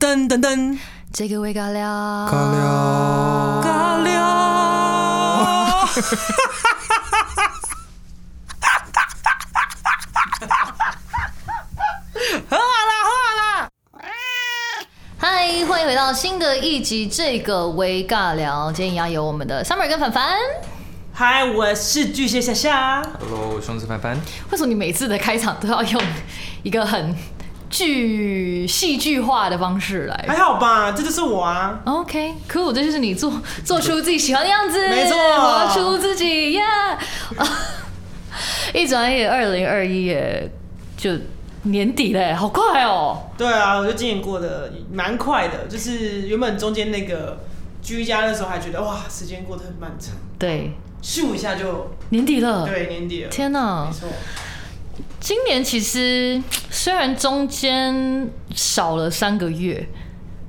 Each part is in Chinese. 噔噔噔，这个味尬聊，尬聊尬聊。嗨，欢迎回到新的一集这个微尬聊，今天一样有我们的 Summer 跟凡凡。嗨，我是巨蟹夏夏。 Hello，我是熊子凡凡。为什么你每次的开场都要用一个很剧戏剧化的方式还来好吧，这就是我啊。 ？OK，cool，、这就是你做做出自己喜欢的样子，没错活出自己呀。 一转眼，二零二一也就年底嘞，好快哦！对啊，我就今年过得蛮快的，就是原本中间那个居家的时候还觉得哇，时间过得很漫长，对，咻一下就年底了，对年底了。天哪没！错，今年其实虽然中间少了三个月，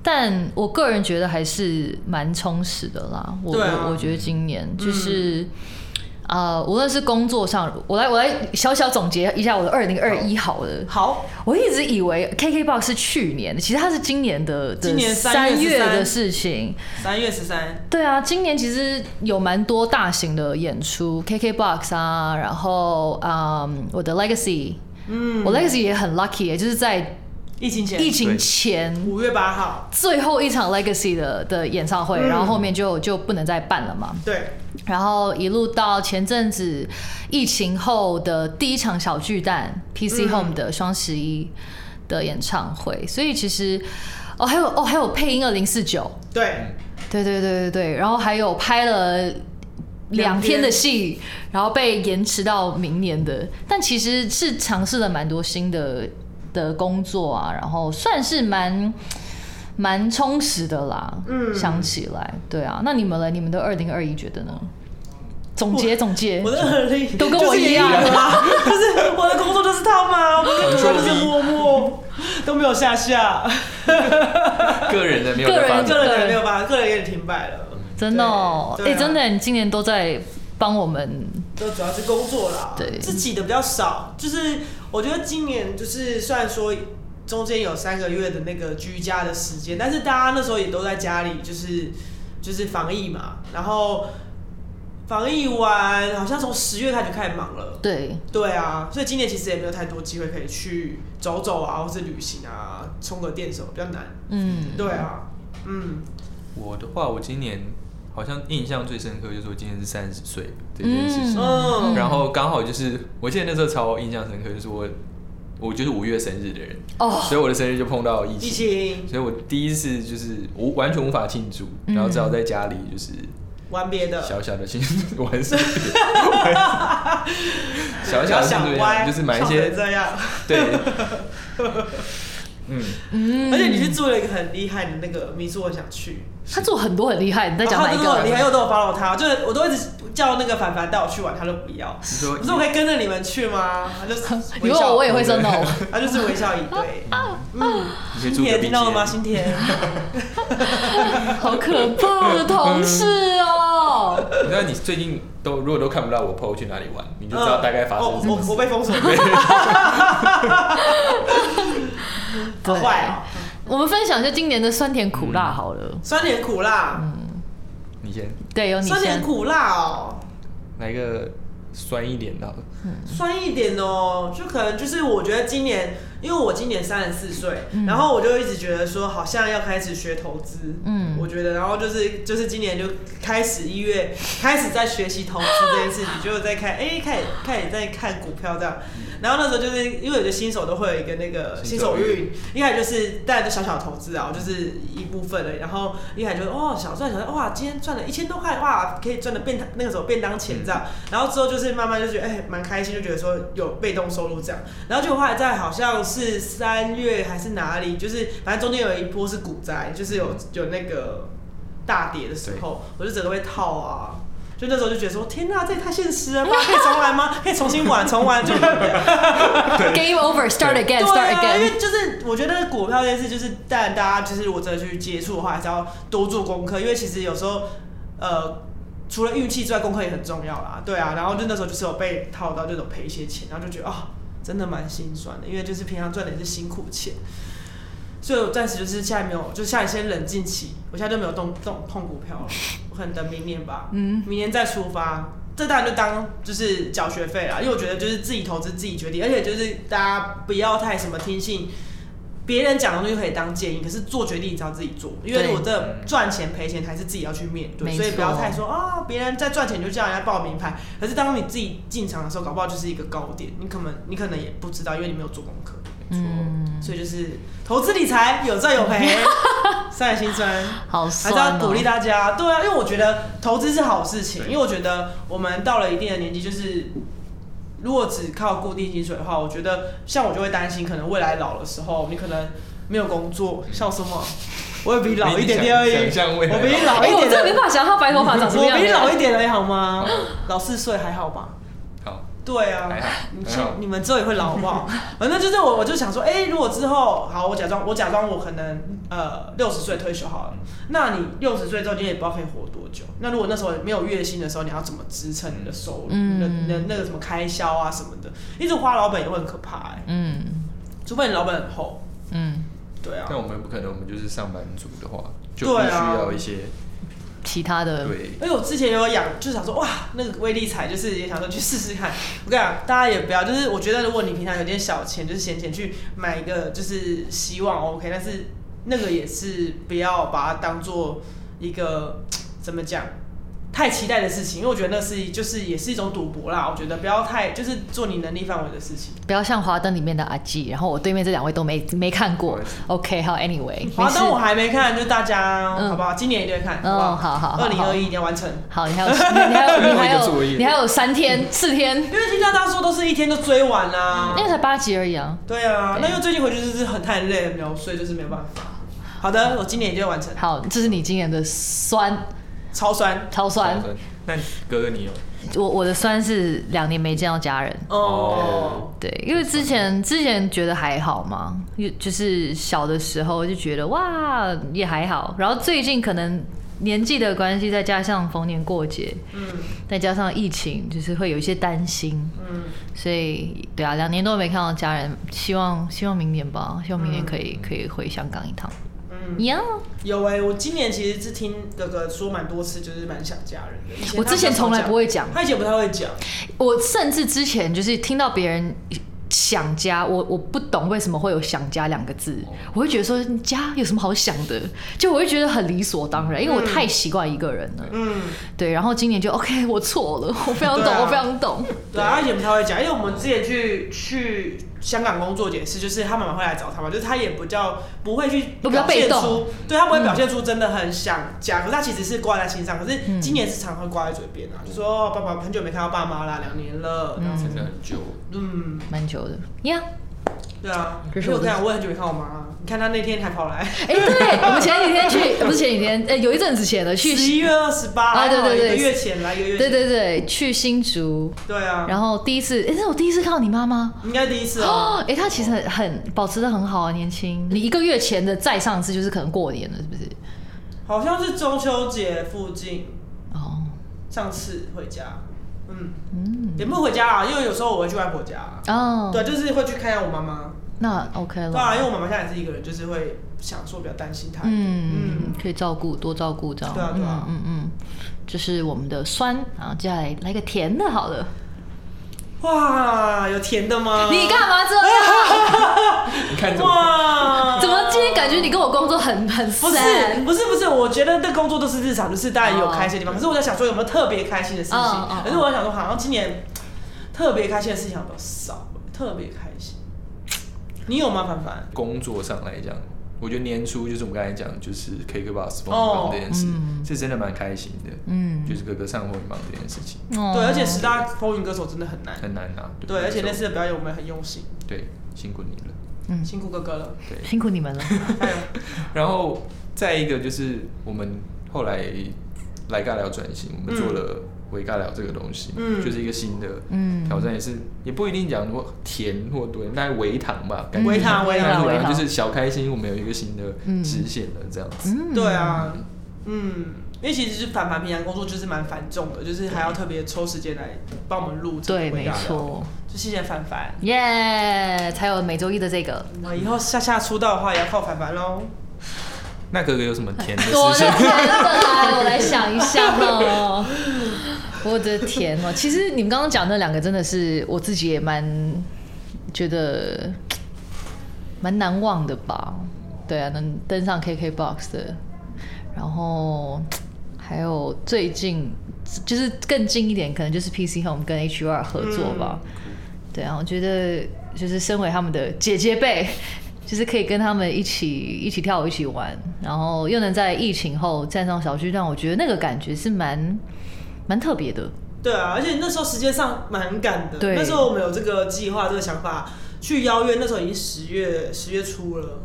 但我个人觉得还是蛮充实的啦。我对啊嗯我我觉得今年就是。呃，无论是工作上，我来我来小小总结一下我的二零二一好了。好，我一直以为 KKBOX 是去年的，其实它是今年的，的今年3月三月13的事情。三月十三，对啊，今年其实有蛮多大型的演出，KKBOX 啊，然后嗯，我的 Legacy，嗯，我 Legacy 也很 lucky，耶就是在疫情前，疫情前五月八号，最后一场 Legacy 的的演唱会，然后后面就就不能再办了嘛。对，然后一路到前阵子疫情后的第一场小巨蛋 PC Home 的双十一的演唱会，所以其实哦还有哦还有配音二零四九。对，对对对对对，然后还有拍了两天的戏，然后被延迟到明年的，但其实是尝试了蛮多新的的工作啊，然后算是蛮蛮充实的啦。嗯，想起来，对啊，那你们呢？你们的二零二一觉得呢？总结总结我，的二零都跟我一样嗯就是啊， 就是我的工作就是他吗？我的工作就是默默都没有下下，个人的没有在发个表 个人也没有吧，个人也停摆了，真的哦，哎、对对啊真的，你今年都在帮我们，都主要是工作啦，对自己的比较少。就是我觉得今年就是虽然说中间有三个月的那个居家的时间，但是大家那时候也都在家里，就是就是防疫嘛，然后防疫完好像从十月开始就开始忙了。对，对啊，所以今年其实也没有太多机会可以去走走啊，或是旅行啊，充个电什么比较难。嗯，对啊，嗯，我的话，我今年好像印象最深刻就是我今年是三十岁这件事情。嗯然后刚好就是，我记得那时候超印象深刻，就是我我就是五月生日的人，哦，所以我的生日就碰到疫疫情，情所以我第一次就是无完全无法庆祝，嗯然后只好在家里就是玩别的，小小的庆 祝玩生日，小不小要的庆祝想一歪，下，就是买一笑些成这样。对，嗯，嗯而且你是做了一个很厉害的那个民宿，我想去。他做很多很厉害，你在讲然哪后啊一啊他就个？说你还有都有 follow 他，就是我都一直叫那个凡凡带我去玩，他都不要。你说不是我可以跟着你们去吗？他 就是微你问笑我，我也会说 no。他就是微笑以对。嗯，你可新以住隔田壁听到了吗？街，新田， 好可怕的同事哦！ 你知道你最近都如果都看不到我 PO 去哪里玩，你就知道大概发生哦什我么我事。我被封锁了，好对坏哦。我们分享一下今年的酸甜苦辣好了。酸甜苦辣，你先对，嗯有你酸甜先。苦辣哦，来个酸一点的好了，酸一点哦，就可能就是我觉得今年，因为我今年三十四岁，然后我就一直觉得说好像要开始学投资，嗯嗯，我觉得，然后就是就是今年就开始一月开始在学习投资这件事情，就在看，哎、开始开始在看股票这样，然后那时候就是因为我觉得新手都会有一个那个新新手手运运，一开始就是大家就小小投资啊，就是一部分的，然后一开始就是哦小赚小赚，哇今天赚了一千多块，哇可以赚的便当那个时候便当嗯钱这样，然后之后就是慢慢就觉得哎蛮、开心，就觉得说有被动收入这样，然后就后来在好像是三月还是哪里，就是反正中间有一波是股灾，就是有嗯有那个大跌的时候，我就整个被套啊。就那时候就觉得说，天呐、这也太现实了吧！可以重来吗？可以重新玩，重玩就 Game over, start again, 对 start 啊，因 again。为就是我觉得股票这件事，就是但大家就是如果真的去接触的话，还是要多做功课，因为其实有时候呃，除了运气之外，功课也很重要啦。对啊，然后就那时候就是有被套到，就有赔一些钱，然后就觉得哦，真的蛮心酸的，因为就是平常赚的也是辛苦钱。所以我暂时就是现在没有，就是现在先冷静期，我现在就没有动动碰股票了，我可能等明年吧，嗯，明年再出发。这当然就当就是缴学费啦，因为我觉得就是自己投资自己决定，而且就是大家不要太什么听信别人讲的东西可以当建议，可是做决定你只要自己做，因为对我这赚钱赔钱还是自己要去面对，没所以不要错太说啊别人在赚钱就叫人家报名牌，可是当你自己进场的时候，搞不好就是一个高点，你可能你可能也不知道，因为你没有做功课。没错。嗯所以就是投资理财有赚有赔，三点心酸，好还是要酸、哦，鼓励大家。对啊，因为我觉得投资是好事情，因为我觉得我们到了一定的年纪，就是如果只靠固定薪水的话，我觉得像我就会担心，可能未来老的时候，你可能没有工作，笑什 么？我也比你老一点点而已，想象未来我比你老哎、一 我点真的没的，办法想象他白头发长什么我样比你子。老一点而已好吗？老四岁还好吧？好，对啊还好，你还好你们之后也会老好不 好？反正就是我，我就想说，哎、如果之后好，我假装我假装我可能呃六十岁退休好了，嗯那你六十岁之后你也不知道可以活多久。那如果那时候没有月薪的时候，你要怎么支撑你的收入？嗯你的你的那个什么开销啊什么的，一直花老本也会很可怕哎、嗯除非你老本很厚。嗯，对啊但，我们不可能，我们就是上班族的话，就必对须啊要一些其他的对因为我之前也有养，就想说哇，那个威力彩，就是也想说去试试看。我跟你讲，大家也不要，就是我觉得如果你平常有点小钱，就是闲钱去买一个，就是希望 OK，但是那个也是不要把它当做一个怎么讲。太期待的事情，因为我觉得那是就是也是一种赌博啦。我觉得不要太就是做你能力范围的事情。不要像《华灯》里面的阿纪，然后我对面这两位都没没看过我也是。 OK，好 ，Anyway，华灯啊我没事还没看，就大家、嗯好不好？今年一定会看，嗯好不好？好好好二零二一一定要完成。好，你还有你还有你还 我有一个有作业你还有三天四天，因为听到大家说都是一天就追完啦、那个才八集而已啊。对啊，对那因为最近回去就是很太累了，没有睡，就是没有办法。好的，我今年一定会完成，好，这是你今年的酸超酸。超酸上，班。那哥哥你有？我我的酸是两年没见到家人。哦哦，对，因为之前之前觉得还好嘛，因为就是小的时候就觉得哇也还好，然后最近可能年纪的关系，再加上逢年过节，嗯再加上疫情，就是会有一些担心，嗯，所以对啊，两年多没看到家人，希望希望明年吧，希望明年可以、可以回香港一趟。嗯一样，啊有哎、我今年其实是听哥哥说蛮多次，就是蛮想家人的。以他我之前从来不会讲比较少讲，他以前不太会讲，我甚至之前就是听到别人想家，我我不懂为什么会有想家两个字，哦我会觉得说家有什么好想的，就我会觉得很理所当然，因为我太习惯一个人了。嗯，对，然后今年就 OK，我错了，我非常懂，对啊我非常懂。对啊，他以前不太会讲，因为我们之前去去香港工作也是，就是他妈妈会来找他嘛，就是他也不叫不会去不比较表现被动嗯出，对他不会表现出真的很想家，可是他其实是挂在心上，可是嗯今年是常会挂在嘴边啊，就说哦爸爸很久没看到爸妈啦，两年了，然后真的很久，嗯，蛮久的呀，对啊，这因是为我我的看我也很久没看我妈，你看她那天还跑来，哎、对，我们前几天去，呃不是前几天，呃、有一阵子前了， 去，十一月二十八，啊对对对一个月前来，一个月对前，对对，去新竹，对啊，然后第一次，哎、那是我第一次看到你妈妈。应该第一次哦， 哦，哎、她其实很很保持的很好啊，年轻。你一个月前的再上次就是可能过年了，是不是？好像是中秋节附近，哦，上次回家，嗯，嗯，也不是回家啊，因为有时候我会去外婆家，哦，嗯对，，就是会去看一下我妈妈，那 OK 了。对啊，因为我妈妈现在也是一个人，就是会想说比较担心她，嗯嗯，可以照顾，多照顾这样。对啊对啊嗯嗯嗯，这是我们的酸啊，接下来来个甜的好了。哇，有甜的吗？你干嘛这哎样？你看怎么？哇，怎么今天感觉你跟我工作很很不是 sad？不是不是，我觉得这工作都是日常，就是大家有哦开心的地方。可是我在想说有没有特别开心的事情？嗯嗯可是我在想说，好像今年特别开心的事情好像比较少，特别开心。你有吗，凡凡？工作上来讲，我觉得年初就是我们刚才讲，就是 KK Bus 帮忙这件事嗯，是真的蛮开心的。嗯就是哥哥上风忙这件事情哦对，而且十大风云歌手真的很难。很难拿。对，而且那次的表演我们很用心，对辛苦你了。嗯辛苦哥哥了。对，辛苦你们了。加油！然后再一个就是我们后来来尬聊转型，我们做了微尬聊这个东西，嗯就是一个新的 嗯挑战，也是也不一定讲说甜或多，大概微糖吧，感嗯觉啊微 糖微糖微微糖就是小开心，我们有一个新的嗯 支线了，这样子。嗯啊对，啊，嗯，因为其实是凡凡平常工作就是蛮繁重的，就是还要特别抽时间来帮我们录这个对，回没答，错，就谢谢凡凡。耶、才有每周一的这个。我以后夏夏出道的话也要靠凡凡喽。那哥哥有什么甜的事多的情？天哪！我来想一下哦。我的天哦！其实你们刚刚讲那两个真的是我自己也蛮觉得蛮难忘的吧？对啊，能登上 KKBOX 的，然后还有最近就是更近一点，可能就是 PC Home 跟 HUR 合作吧。对啊，我觉得就是身为他们的姐姐辈， 就是可以跟他们一起一起跳舞、一起玩，然后又能在疫情后站上小巨蛋，我觉得那个感觉是蛮蛮特别的。对啊，而且那时候时间上蛮赶的，对那时候我们有这个计划、这个想法去邀约，那时候已经十月十月初了。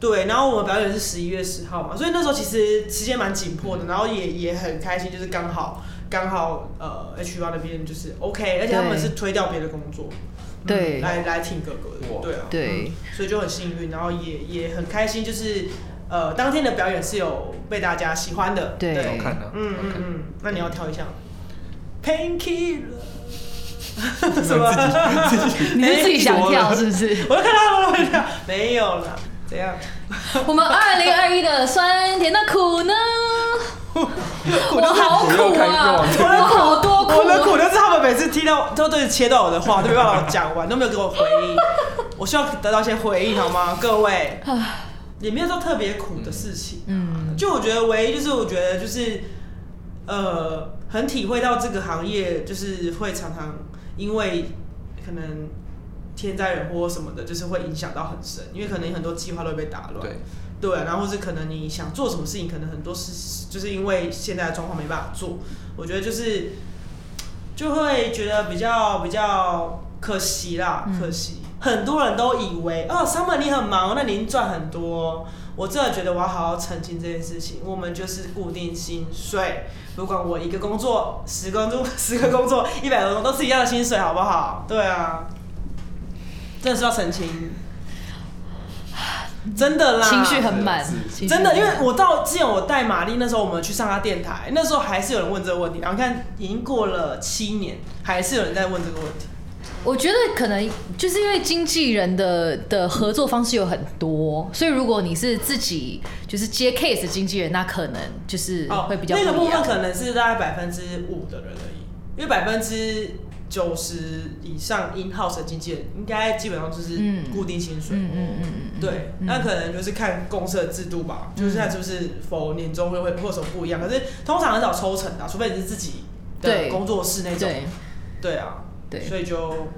对，然后我们表演是十一月十号嘛，所以那时候其实时间蛮紧迫嗯的，然后也也很开心，就是刚好刚好呃 H R 那边就是 OK，而且他们对是推掉别的工作，嗯对来来听哥哥的，哇对啊，对嗯所以就很幸运，然后也也很开心，就是呃当天的表演是有被大家喜欢的，对 好看啊，嗯好嗯看。嗯，那你要跳一下 Painkiller，什 么？你是自己想跳是不是？我就看到了，我就跳，没有啦，怎样？我们二零二一的酸甜的苦 呢？我好苦又苦开啊！又开 我好多我的苦。啊苦就是他们每次听到都对切到我的话，都没办法讲完，都没有给我回 应。我希望得到一些回应，好吗？各位，也没有说特别苦的事情。嗯，就我觉得唯一就是我觉得就是呃，很体会到这个行业就是会常常因为可能天灾人祸什么的，就是会影响到很深，因为可能很多计划都会被打乱。 对，对，啊然后是可能你想做什么事情，可能很多事就是因为现在的状况没办法做，我觉得就是就会觉得比较比较可惜啦，嗯可惜。很多人都以为哦，Summer 你很忙，那您赚很多。我真的觉得我要好好澄清这件事情。我们就是固定薪水，不管我一个工作十个工作 十个工作一百个工作都是一样的薪水，好不好？对啊，真的是要澄清， 真的啦，情绪很满是，情绪真的，因为很满我到之前我带玛丽那时候，我们去上她电台，那时候还是有人问这个问题。然后你看，已经过了七年，还是有人在问这个问题。我觉得可能就是因为经纪人的的合作方式有很多，所以如果你是自己就是接 case 的经纪人，那可能就是会比较不哦那一样。个部分可能是大概百分之五的人而已，因为百分之九十以上 in house 的经纪人应该基本上就是嗯固定薪水。嗯嗯嗯嗯，对，嗯那可能就是看公社制度吧，就是看是不是否年终会会或什么不一样。可是通常很少抽成的啊、除非你是自己的对工作室那种。对对啊，对，所以就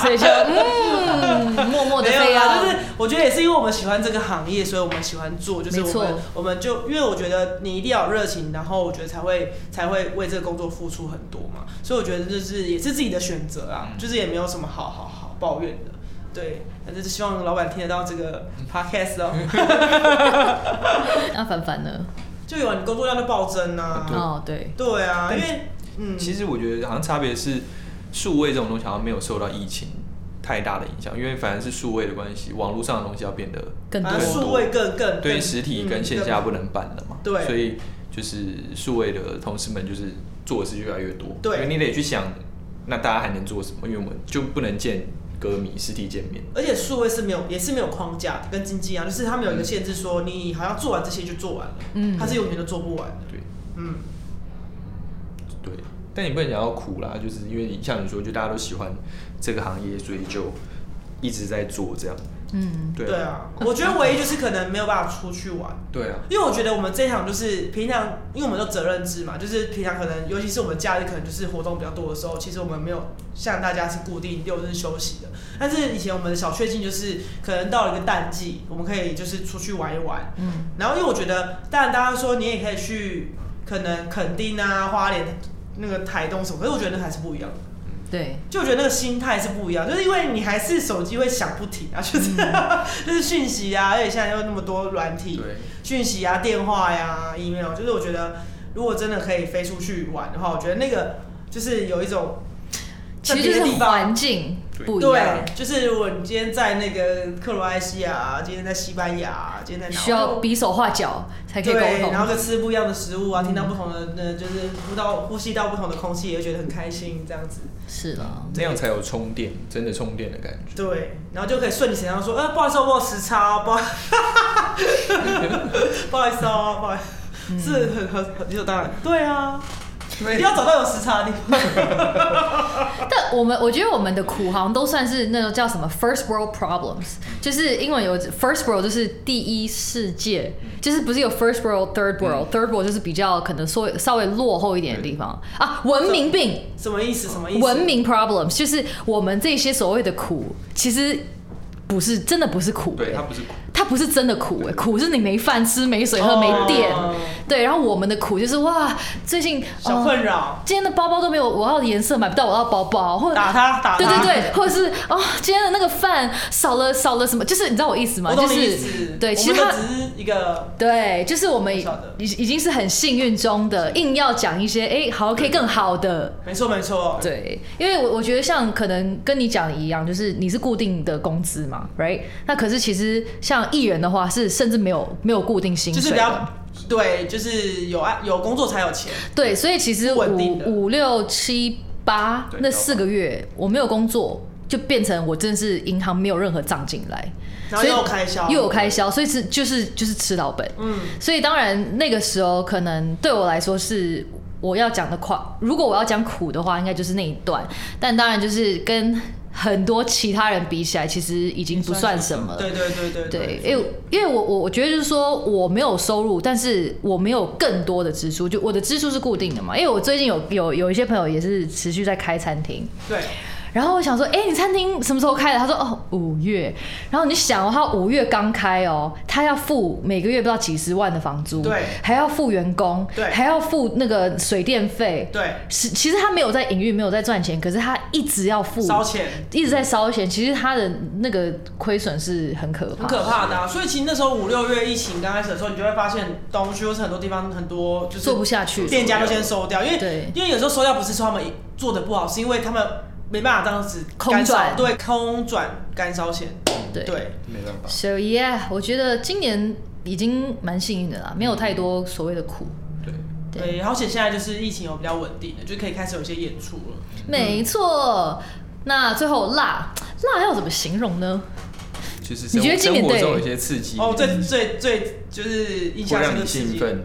所以就嗯，默默的没有飞啦，啊，就是我觉得也是因为我们喜欢这个行业，所以我们喜欢做，就是没我错们我们就因为我觉得你一定要有热情，然后我觉得才会才会为这个工作付出很多嘛，所以我觉得就是也是自己的选择啊，嗯就是也没有什么好好好抱怨的。对，那就是希望老板听得到这个嗯 podcast 哦， 那凡凡呢？就有人工作量就暴增对啊。哦，对，对啊，因但为嗯，其实我觉得好像差别是，数位这种东西好像没有受到疫情太大的影响，因为反而是数位的关系，网络上的东西要变得更多反正啊数位更更对更实体嗯跟线更下不能办了嘛，对所以就是数位的同事们就是做的事越来越多，对因为你得去想，那大家还能做什么？因为我们就不能见歌迷实体见面，而且数位是没有，也是没有框架的，跟经济一样，就是他们有一个限制，说你好像做完这些就做完了，嗯它是永远都做不完的，对嗯，对，但你不能讲到苦啦，就是因为你像你说，就大家都喜欢这个行业，所以就一直在做这样，嗯，对对啊，我觉得唯一就是可能没有办法出去玩，对啊，因为我觉得我们这一行就是平常，因为我们都责任制嘛，就是平常可能，尤其是我们假日可能就是活动比较多的时候，其实我们没有像大家是固定六日休息的。但是以前我们的小确幸就是，可能到了一个淡季，我们可以就是出去玩一玩。嗯，然后因为我觉得，当然大家说你也可以去可能垦丁啊、花莲、那个台东什么，可是我觉得那还是不一样的。对，就我觉得那个心态是不一样，就是因为你还是手机会响不停啊，就是、嗯 就是讯息啊，而且现在又那么多软体对，讯息啊、电话呀、email，就是我觉得如果真的可以飞出去玩的话，我觉得那个就是有一种其实就是在别的地方环境，不一样对，，啊就是如果你今天在那个克罗埃西亚，啊今天在西班牙，啊今天在哪需要比手画脚才可以沟对，通。嗯然后就吃不一样的食物啊，听到不同的，呃，就是呼到呼吸到不同的空气，也会觉得很开心，这样子。是啦，那样才有充电，真的充电的感觉。对，然后就可以顺理成章说，呃，不好意思哦，我有时差哦，不好， 不好意思哦，不好意嗯思，是很很很理所当然。对啊，一定要找到有时差的地方。但我们我觉得我们的苦好像都算是那种叫什么 first world problems，就是嗯英文有 first world 就是第一世界，嗯就是不是有 first world third world，third world 就是比较可能说稍微落后一点的地方啊，文明病。嗯什么意思？什么意思？文明 problems 就是我们这些所谓的苦，其实不是真的不是苦、对，欸它不是苦，它不是真的苦、欸，苦是你没饭吃、没水喝、哦没电。对，然后我们的苦就是哇，最近小哦困扰，今天的包包都没有我要的颜色，买不到我要的包包，或者打他，打他。对哦对对，或者是哦，今天的那个饭少了少了什么，就是你知道我意思吗？我就懂你意是思。对，我其实们它都只是一个对，就是我们已小小的已已经是很幸运中的，硬要讲一些哎，好可以更好的。没错没错，对，因为我我觉得像可能跟你讲的一样，就是你是固定的工资嘛，right？那可是其实像艺人的话，是甚至没有没有固定薪就水的，是比较对，就是有爱有工作才有钱。对，所以其实不稳定的五五六七八对那四个月我没有工作，就变成我真的是银行没有任何账进来，然后又有开销又有开销，所以是就是就是吃老本。嗯，所以当然那个时候可能对我来说是我要讲的快，如果我要讲苦的话，应该就是那一段。但当然就是跟很多其他人比起来，其实已经不算什么了。对对对对呃对，因为因为我我我觉得就是说我没有收入，但是我没有更多的支出，就我的支出是固定的嘛。因为我最近有有有一些朋友也是持续在开餐厅，对，然后我想说，哎、你餐厅什么时候开的？他说哦，五月。然后你想哦，他五月刚开哦，他要付每个月不知道几十万的房租，对还要付员工，对还要付那个水电费，对是其实他没有在营运，没有在赚钱，可是他一直要付，烧钱一直在烧钱。其实他的那个亏损是很可很怕的，可怕的、啊。所以其实那时候五六月疫情刚开始的时候，你就会发现东区或是很多地方很多就是做不下去。店家都先收掉，因对为因为有时候收掉不是说他们做的不好，是因为他们没办法这样子空干烧转对，空转干烧钱，对对，没办法。 So yeah，我觉得今年已经蛮幸运的啦，没有太多所谓的苦。对，对对，而且现在就是疫情有比较稳定的，就可以开始有一些演出了。没错。那最后辣辣要怎么形容呢？就是你生觉得活今年生活对中有一些刺激，哦，最会最最就是印象深让刻你的事兴情。奋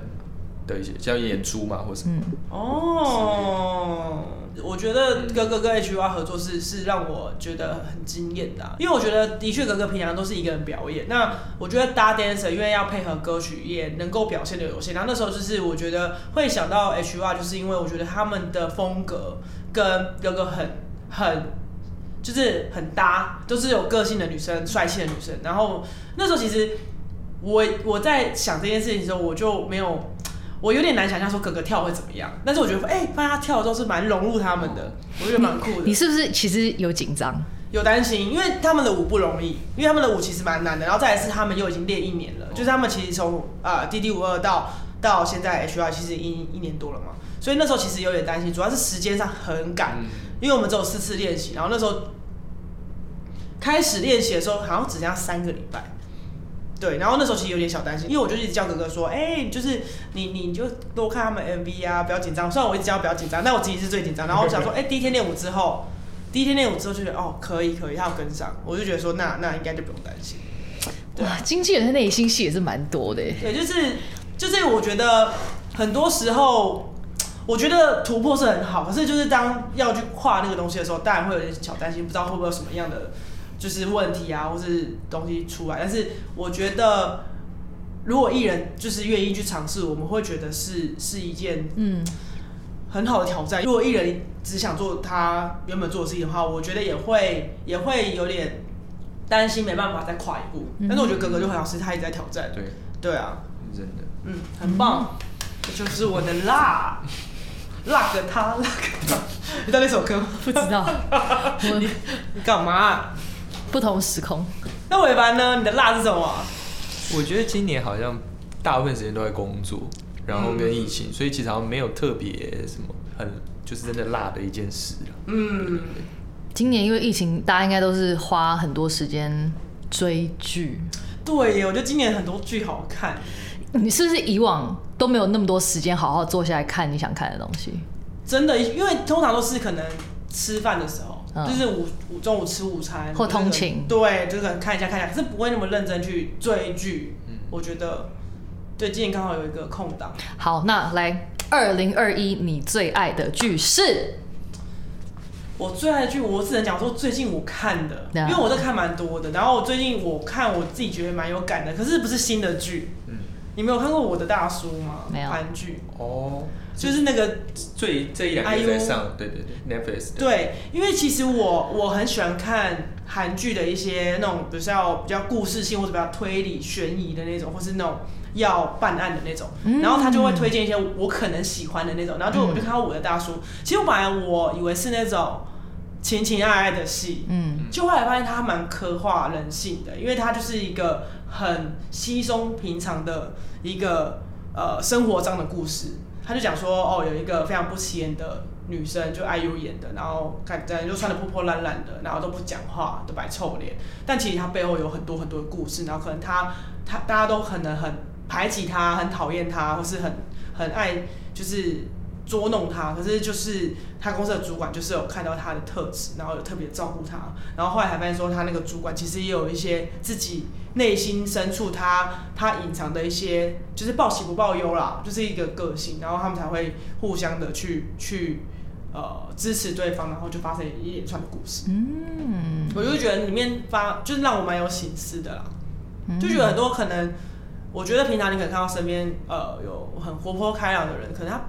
的一些，像演出嘛，或什嗯么。哦，我觉得哥哥跟 H R 合作是是让我觉得很惊艳的啊、因为我觉得的确哥哥平常都是一个人表演，那我觉得搭 dancer 因为要配合歌曲，也能够表现的有限。然后那时候就是我觉得会想到 H R，就是因为我觉得他们的风格跟哥哥很很。就是很搭，都是有个性的女生，帅气的女生。然后那时候其实我我在想这件事情的时候，我就没有，我有点难想象说哥哥跳会怎么样。但是我觉得，哎、发现他跳的时候是蛮融入他们的，我觉得蛮酷你的。是不是其实有紧张？有担心，因为他们的舞不容易，因为他们的舞其实蛮难的。然后再来是他们又已经练一年了，就是他们其实从啊 D D 五二到到现在 H R 其实已经一年多了嘛，所以那时候其实有点担心，主要是时间上很赶。嗯，因为我们只有四次练习，然后那时候开始练习的时候，好像只剩下三个礼拜。对，然后那时候其实有点小担心，因为我就一直叫哥哥说，哎、就是你你就多看他们 MV 啊，不要紧张。虽然我一直叫他不要紧张，但我自己是最紧张。然后我想说，哎、第一天练舞之后，第一天练舞之后就觉得哦，可以可以，他有跟上，我就觉得说那那应该就不用担心。对哇，经纪人的内心戏也是蛮多的耶。对，就是就是，我觉得很多时候，我觉得突破是很好，可是就是当要去跨那个东西的时候，当然会有点小担心，不知道会不会有什么样的就是问题啊，或是东西出来。但是我觉得，如果艺人就是愿意去尝试，我们会觉得是是一件嗯，很好的挑战。如果艺人只想做他原本做的事情的话，我觉得也会也会有点担心，没办法再跨一步。但是我觉得哥哥就很好，是他一直在挑战。对，对啊。真的。嗯，很棒，这就是我的辣，辣个他，辣个他。你知道那首歌吗？不知道，我你干嘛啊、不同时空。那尾巴呢？你的辣是什么啊？我觉得今年好像大部分时间都在工作，然后跟疫情，嗯所以其啊实好像没有特别什么很就是真的辣的一件事啦嗯，今年因为疫情，大家应该都是花很多时间追剧。对耶，我觉得今年很多剧好看。你是不是以往都没有那么多时间好好坐下来看你想看的东西？真的，因为通常都是可能吃饭的时候，嗯就是午午中午吃午餐或就是可能通勤对，就是可能看一下看一下，可是不会那么认真去追剧。嗯我觉得，对，今年刚好有一个空档，好，那来二零二一你最爱的剧是？我最爱的剧，我只能讲说最近我看的，对啊因为我在看蛮多的，然后我最近我看我自己觉得蛮有感的，可是不是新的剧。嗯你没有看过《我的大叔》吗？没有韩剧哦，就是那个最这一两个月在上，对对对，Netflix 的，对，因为其实我我很喜欢看韩剧的一些那种比较比较故事性或者比较推理悬疑的那种，或是那种要办案的那种，嗯然后他就会推荐一些我可能喜欢的那种，然后就我就看到我的大叔，其实我本来我以为是那种情情爱爱的戏，嗯就后来发现他蛮刻画人性的，因为他就是一个很稀松平常的一个呃生活上的故事。他就讲说，哦，有一个非常不起眼的女生，就 IU 演的，然后看着就穿的破破烂烂的，然后都不讲话，都摆臭脸。但其实她背后有很多很多的故事，然后可能她她大家都可能很排挤她，很讨厌她，或是很很爱就是捉弄他，可是就是他公司的主管就是有看到他的特质，然后有特别照顾他，然后后来还发现说他那个主管其实也有一些自己内心深处他他隐藏的一些就是报喜不报忧啦，就是一个个性，然后他们才会互相的去去呃支持对方，然后就发生一连串的故事。嗯，我就觉得里面发就是让我蛮有醒思的啦，嗯就觉得很多可能，我觉得平常你可能看到身边呃有很活泼开朗的人，可能他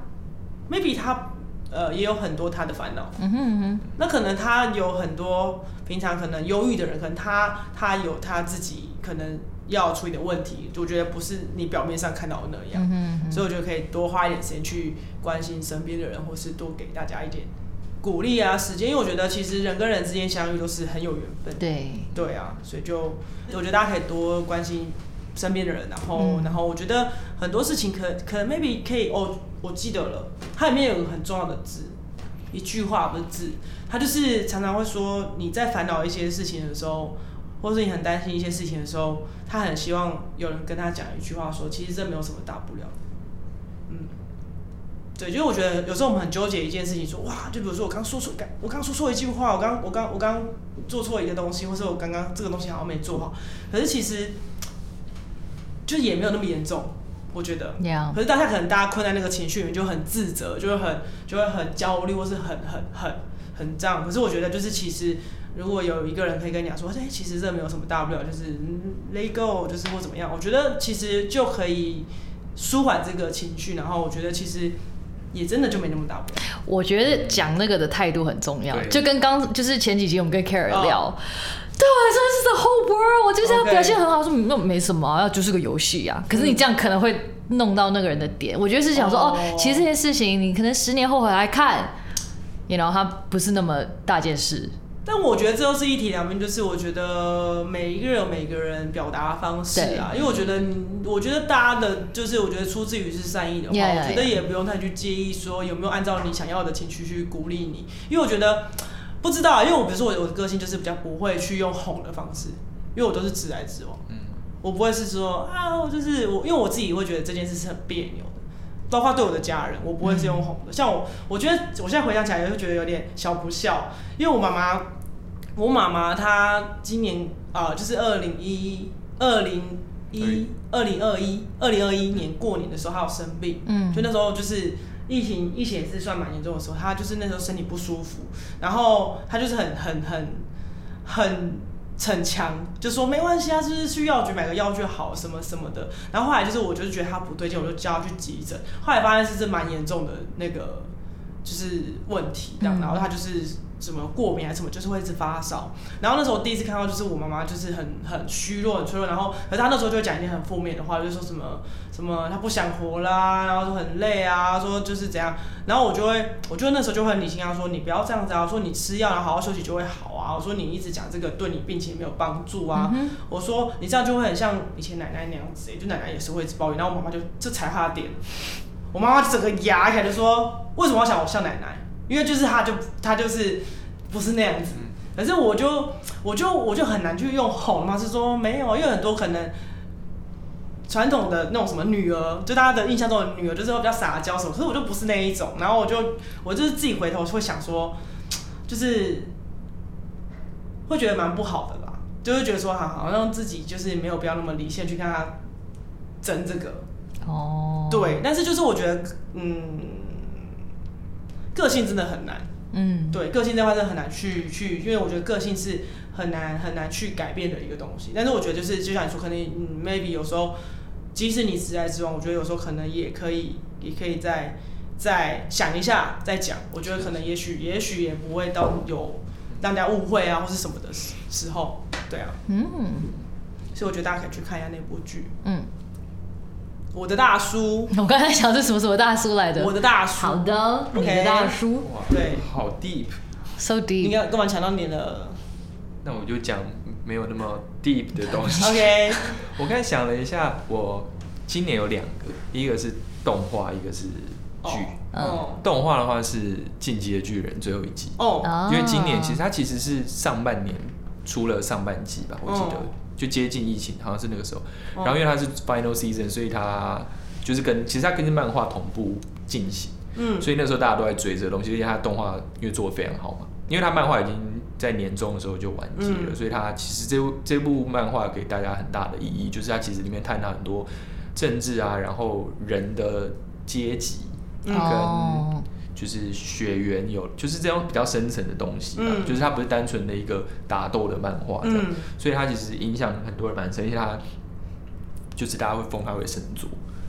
maybe 他呃也有很多他的烦恼，嗯哼嗯哼，那可能他有很多平常可能忧郁的人，可能他他有他自己可能要处理的问题，我觉得不是你表面上看到的那样，嗯哼嗯所以我觉得可以多花一点时间去关心身边的人，或是多给大家一点鼓励啊时间，因为我觉得其实人跟人之间相遇都是很有缘分哼，。对。对啊，所以就我觉得大家可以多关心身边的人，然后、嗯然后我觉得很多事情可可能 maybe 可以哦，我记得了，它里面有个很重要的字，一句话不是字，它就是常常会说你在烦恼一些事情的时候。或是你很担心一些事情的时候，他很希望有人跟他讲一句话说其实这没有什么大不了的嗯，对，就是我觉得有时候我们很纠结一件事情说哇，就比如说我刚说错，刚我刚说错一句话，我刚我刚我刚做错一个东西，或是我刚刚这个东西好像没做好，可是其实就是也没有那么严重，我觉得。 Yeah，可是当下可能大家困在那个情绪里面，就很自责，就会很就会很焦虑，或是很很很很这样。可是我觉得就是其实。如果有一个人可以跟你讲说，哎、其实这没有什么大不了，就是嗯 let go，就是或怎么样，我觉得其实就可以舒缓这个情绪，然后我觉得其实也真的就没那么大不了。我觉得讲那个的态度很重要，对就跟刚就是前几集我们跟 Karen 哦聊，对我来说是 the whole world，我就是要 OK 表现很好，说那没什么、啊，要就是个游戏啊。可是你这样可能会弄到那个人的点，我觉得是想说哦哦其实这件事情你可能十年后回来看，你 know 它不是那么大件事，但我觉得这又是一体两面，就是我觉得每一个人有每个人表达的方式啊，因为我觉得你，我觉得大家的，就是我觉得出自于是善意的话 Yeah, yeah, 我觉得也不用太去介意说有没有按照你想要的情绪去鼓励你，因为我觉得不知道啊，因为我比如说我我的个性就是比较不会去用哄的方式，因为我都是直来直往，嗯，我不会是说啊，我就是我，因为我自己会觉得这件事是很别扭的，包括对我的家人，我不会是用哄的。像我，我觉得我现在回想起来，就觉得有点小不孝，因为我妈妈，我妈妈她今年啊、呃就是二零一二零一二零二一二零二一年过年的时候，她有生病，嗯就那时候就是疫情，疫情也是算蛮严重的时候，他就是那时候身体不舒服，然后他就是很很很很逞强，就说没关系啊，就是去药局买个药就好，什么什么的。然后后来就是我就是觉得他不对劲，我就叫他去急诊，后来发现是这蛮严重的那个就是问题，这样，嗯然后他就是什么过敏还是什么，就是会一直发烧。然后那时候我第一次看到，就是我妈妈就是很很虚弱、很脆弱，然后可是她那时候就会讲一些很负面的话，就说什么什么她不想活啦，然后说很累啊，说就是怎样，然后我就会，我就那时候就会很理性跟她说，你不要这样子啊，我说你吃药然后好好休息就会好啊，我说你一直讲这个对你病情没有帮助啊，嗯我说你这样就会很像以前奶奶那样子、就奶奶也是会一直抱怨，然后我妈妈就这踩她的点，我妈妈整个牙起来就说为什么要想我像奶奶，因为就是她就她就是不是那样子。嗯可是我就我就我就很难去用哄嘛，是说没有，因为很多可能传统的那种什么女儿，就大家的印象中的女儿就是会比较撒娇什么，可是我就不是那一种，然后我就我就是自己回头会想说，就是会觉得蛮不好的吧，就会觉得说好好像自己就是没有必要那么离线去跟他争这个，哦，对，但是就是我觉得嗯，个性真的很难。嗯，对，个性这块真的很难去去，因为我觉得个性是很难很难去改变的一个东西。但是我觉得就是就像你说，可能嗯 maybe 有时候，即使你直来直往，我觉得有时候可能也可以也可以再再想一下再讲。我觉得可能也许也许也不会到有让人家误会啊或是什么的时时候，对啊。嗯所以我觉得大家可以去看一下那部剧嗯， 《我的大叔》，我刚才想是什么什么大叔来的我？的大叔。好的，你 OK 的大叔哇，对好 deep。 ，so 应 deep，该干嘛抢到你 了那我就讲没有那么 deep 的东西。 ？OK，我刚才想了一下，我今年有两个，一个是动画，一个是剧。嗯哦动画的话是《进击的巨人》最后一季，哦啊因为今年其实它其实是上半年出了上半季吧，我记得、嗯就接近疫情，好像是那个时候。嗯然后因为它是 final season，所以它就是跟其实它跟漫画同步进行，嗯所以那时候大家都在追这个东西，而且它动画因为做的非常好嘛，因为它漫画已经在年终的时候就完结了，嗯所以它其实这部这部漫画给大家很大的意义，就是它其实里面探讨很多政治啊，然后人的阶级跟。哦，就是血缘有，就是这种比较深层的东西、啊，嗯就是它不是单纯的一个打斗的漫画这样，嗯所以它其实影响很多人蛮深，而且它就是大家会封它为神作，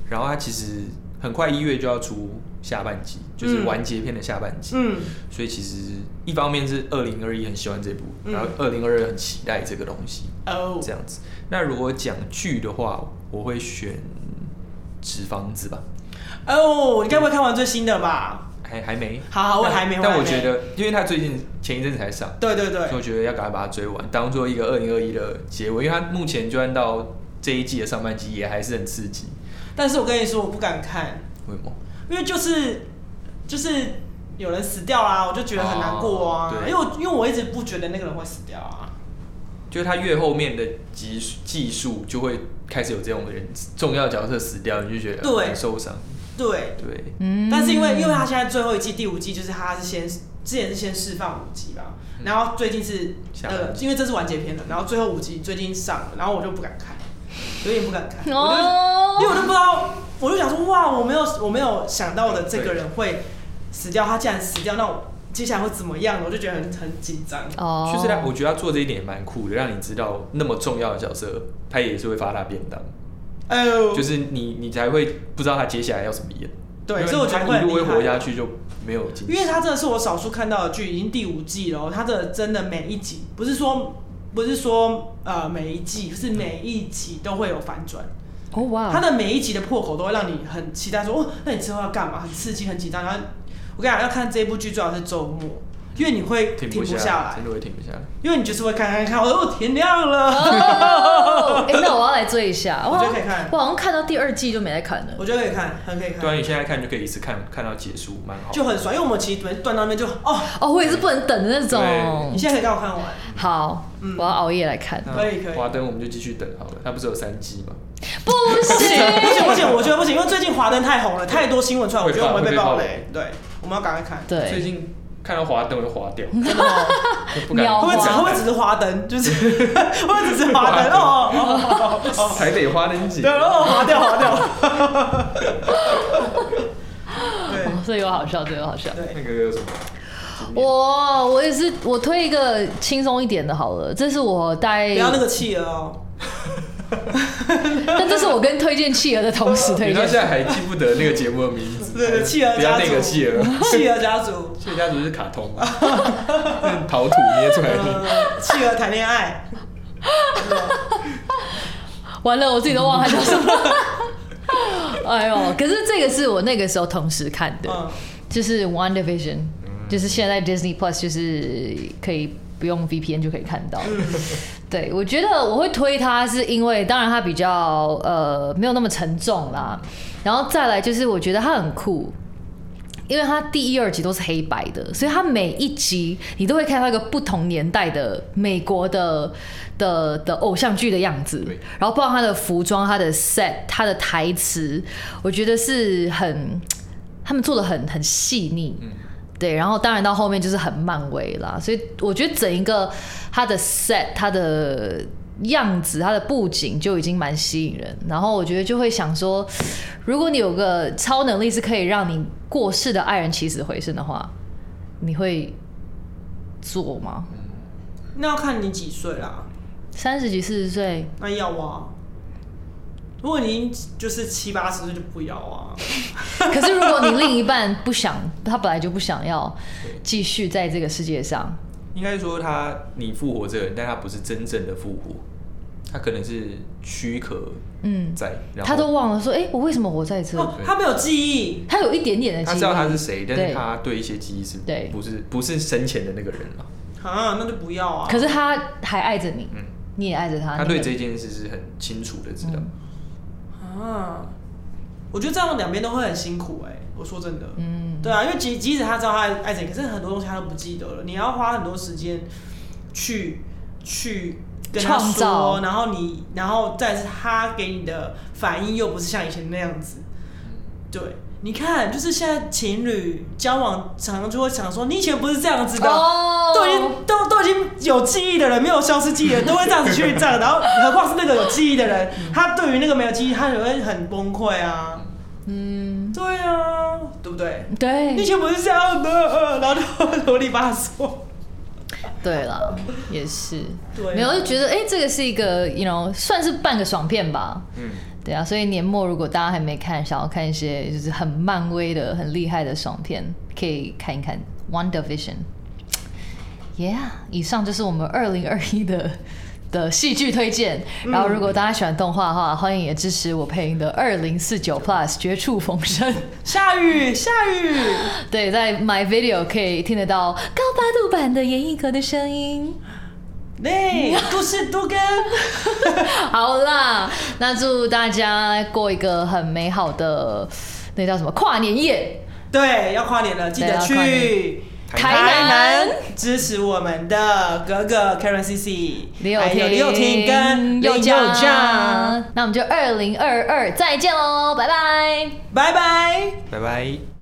然后它其实很快一月就要出下半季，就是嗯完结篇的下半季，嗯所以其实一方面是二零二一很喜欢这部，嗯然后二零二二很期待这个东西，哦这样子。那如果讲剧的话，我会选《纸房子》吧，哦，你该不会看完最新的吧？还还没。好好，我但还没。但我还没觉，得，因为他最近前一阵子才上，对对所以对，我觉得要赶快把它追完，当做一个二零二一的结尾，因为它目前就算到这一季的上半季也还是很刺激。但是我跟你说，我不敢看，为什么？因为就是就是有人死掉啊啦，我就觉得很难过啊哦。对因为我因为我一直不觉得那个人会死掉啊。就是它越后面的集数技术就会开始有这种人重要角色死掉，你就觉得对很受伤。对，对，嗯，但是因为因为他现在最后一季第五季就是他是先之前是先释放五集吧，然后最近是嗯下半呃集因为这是完结篇了，然后最后五集最近上了，然后我就不敢看，有点不敢 看，我就因为我哦，就不知道，我就想说，哇，我没有我没有想到的这个人会死掉，他竟然死掉，那我接下来会怎么样呢？我就觉得很很紧张。哦，其实他我觉得他做这一点也蛮酷的，让你知道那么重要的角色，他也是会发大便当，哎呦，就是你你才会不知道他接下来要怎么演。对因为所以我觉得会他一路很厉会害活下去就没有惊喜。因为他真的是我少数看到的剧，已经第五季了哦，他的真的每一集不是说不是说呃每一季，是每一集都会有反转。哦啊哇，他的每一集的破口都会让你很期待说，哦，那你之后要干嘛？很刺激，很紧张。然后哎我跟你讲，要看这部剧最好是周末，因为你会停停不下不下来真，的会停不下来。因为你就是会看看看，哦，天亮了。哦， 哎，那我要来追一下， 我觉得可以看我好像看到第二季就没来看了，我觉得可以看，很可以对啊，看，你现在看就可以一次看看到结束，蛮好。就很爽。因为我们其实每次断到那边就哦，哦，我也是不能等的那你嗯种，现在可以让我看完。好，嗯我要熬夜来看，那可以可以华灯我们就继续等好了，它不是有三季吗？不 不行不行不行，行，我觉得不行，因为最近华灯太红了，太多新闻出来，我觉得我们会被会爆爆雷。对，我们要赶快看。最对，近看到华灯我就划 掉，真的哦不敢秒会不划会只会不会只不敢是华灯？就是会不会只是华灯？哦哦哦哦， 台北花灯节对， 哦，划掉划掉。对这个好笑，这个好笑。对，那个有什么？我我也是，我推一个轻松一点的好了，这是我大概，不要那个企鹅哦。 但这是我跟推荐企鹅的同时推你到现荐，在还记不得那个节目的名 字？对对，企鹅不要家那族，个企鹅，企鹅家族， 企鹅家族是卡 通嘛，那陶土捏出来的。呃，企鹅谈恋爱。完了我自己都忘了它叫 什么。哎呦，可是这个是我那个时候同时看的，嗯，就是 One Division，就是现在 Disney Plus 就是可以不用 VPN 就可以看 到。对，我觉得我会推它，是因为当然它比较呃没有那么沉重啦，然后再来就是我觉得它很酷，因为它第一、二集都是黑白的，所以它每一集你都会看到一个不同年代的美国的的的偶像剧的样子对。然后包括它的服装、它的 set、它的台词，我觉得是很他们做的很很细腻。对，然后当然到后面就是很漫威啦，所以我觉得整一个它的 set、它的样子、它的布景就已经蛮吸引人。然后我觉得就会想说，如果你有个超能力是可以让你过世的爱人起死回生的话，你会做吗？那要看你几岁啦，三十几、四十岁，那要啊。如果你已经就是七八十岁就不要啊，可是如果你另一半不想，他本来就不想要继续在这个世界上，应该说他你复活这个人，但他不是真正的复活，他可能是躯壳嗯，在，然后嗯他都忘了说，哎、我为什么活在这？哦，他没有记忆，他有一点点的他记忆，知道他是谁，但对是他对一些记忆是对不是不是生前的那个人了，啊，那就不要啊。可是他还爱着你，嗯你也爱着他。他对你这们件事是很清楚的知道。嗯啊，我觉得这样两边都会很辛苦哎、我说真的，嗯，对啊，因为即即使他知道他爱爱谁，可是很多东西他都不记得了，你要花很多时间去去跟他创造说，然后你然后再是他给你的反应又不是像以前那样子，对。你看，就是现在情侣交往，常常就会想说，你以前不是这样子的，哦，都已经都都已经有记忆的人，没有消失记忆的人，都会这样子去这样，然后何况是那个有记忆的人，他对于那个没有记忆，他也会很崩溃啊。嗯，对啊，对不对？以对前不是这样的，呃然后啊就 啰里吧嗦。对了，也是，对啊没有就觉得哎、诶这个是一个，you know，算是半个爽片吧。嗯，对啊，所以年末如果大家还没看，想要看一些就是很漫威的、很厉害的爽片，可以看一看《One Division》。Yeah，以上就是我们二零二一的的戏剧推荐。然后，如果大家喜欢动画的话，欢迎也支持我配音的二零四九 Plus 绝处逢生。下雨，下雨，对，在 My Video 可以听得到高八度版的严艺格的声音。累，都市都跟， 好啦，那祝大家过一个很美好的那叫什么跨年夜。对，要跨年了，记对得要跨去。台南支持我们的格格 Karen C C，李友还有廷、李友廷哎跟佑林佑嘉，那我们就二零二二再见喽，拜拜。拜拜。拜拜。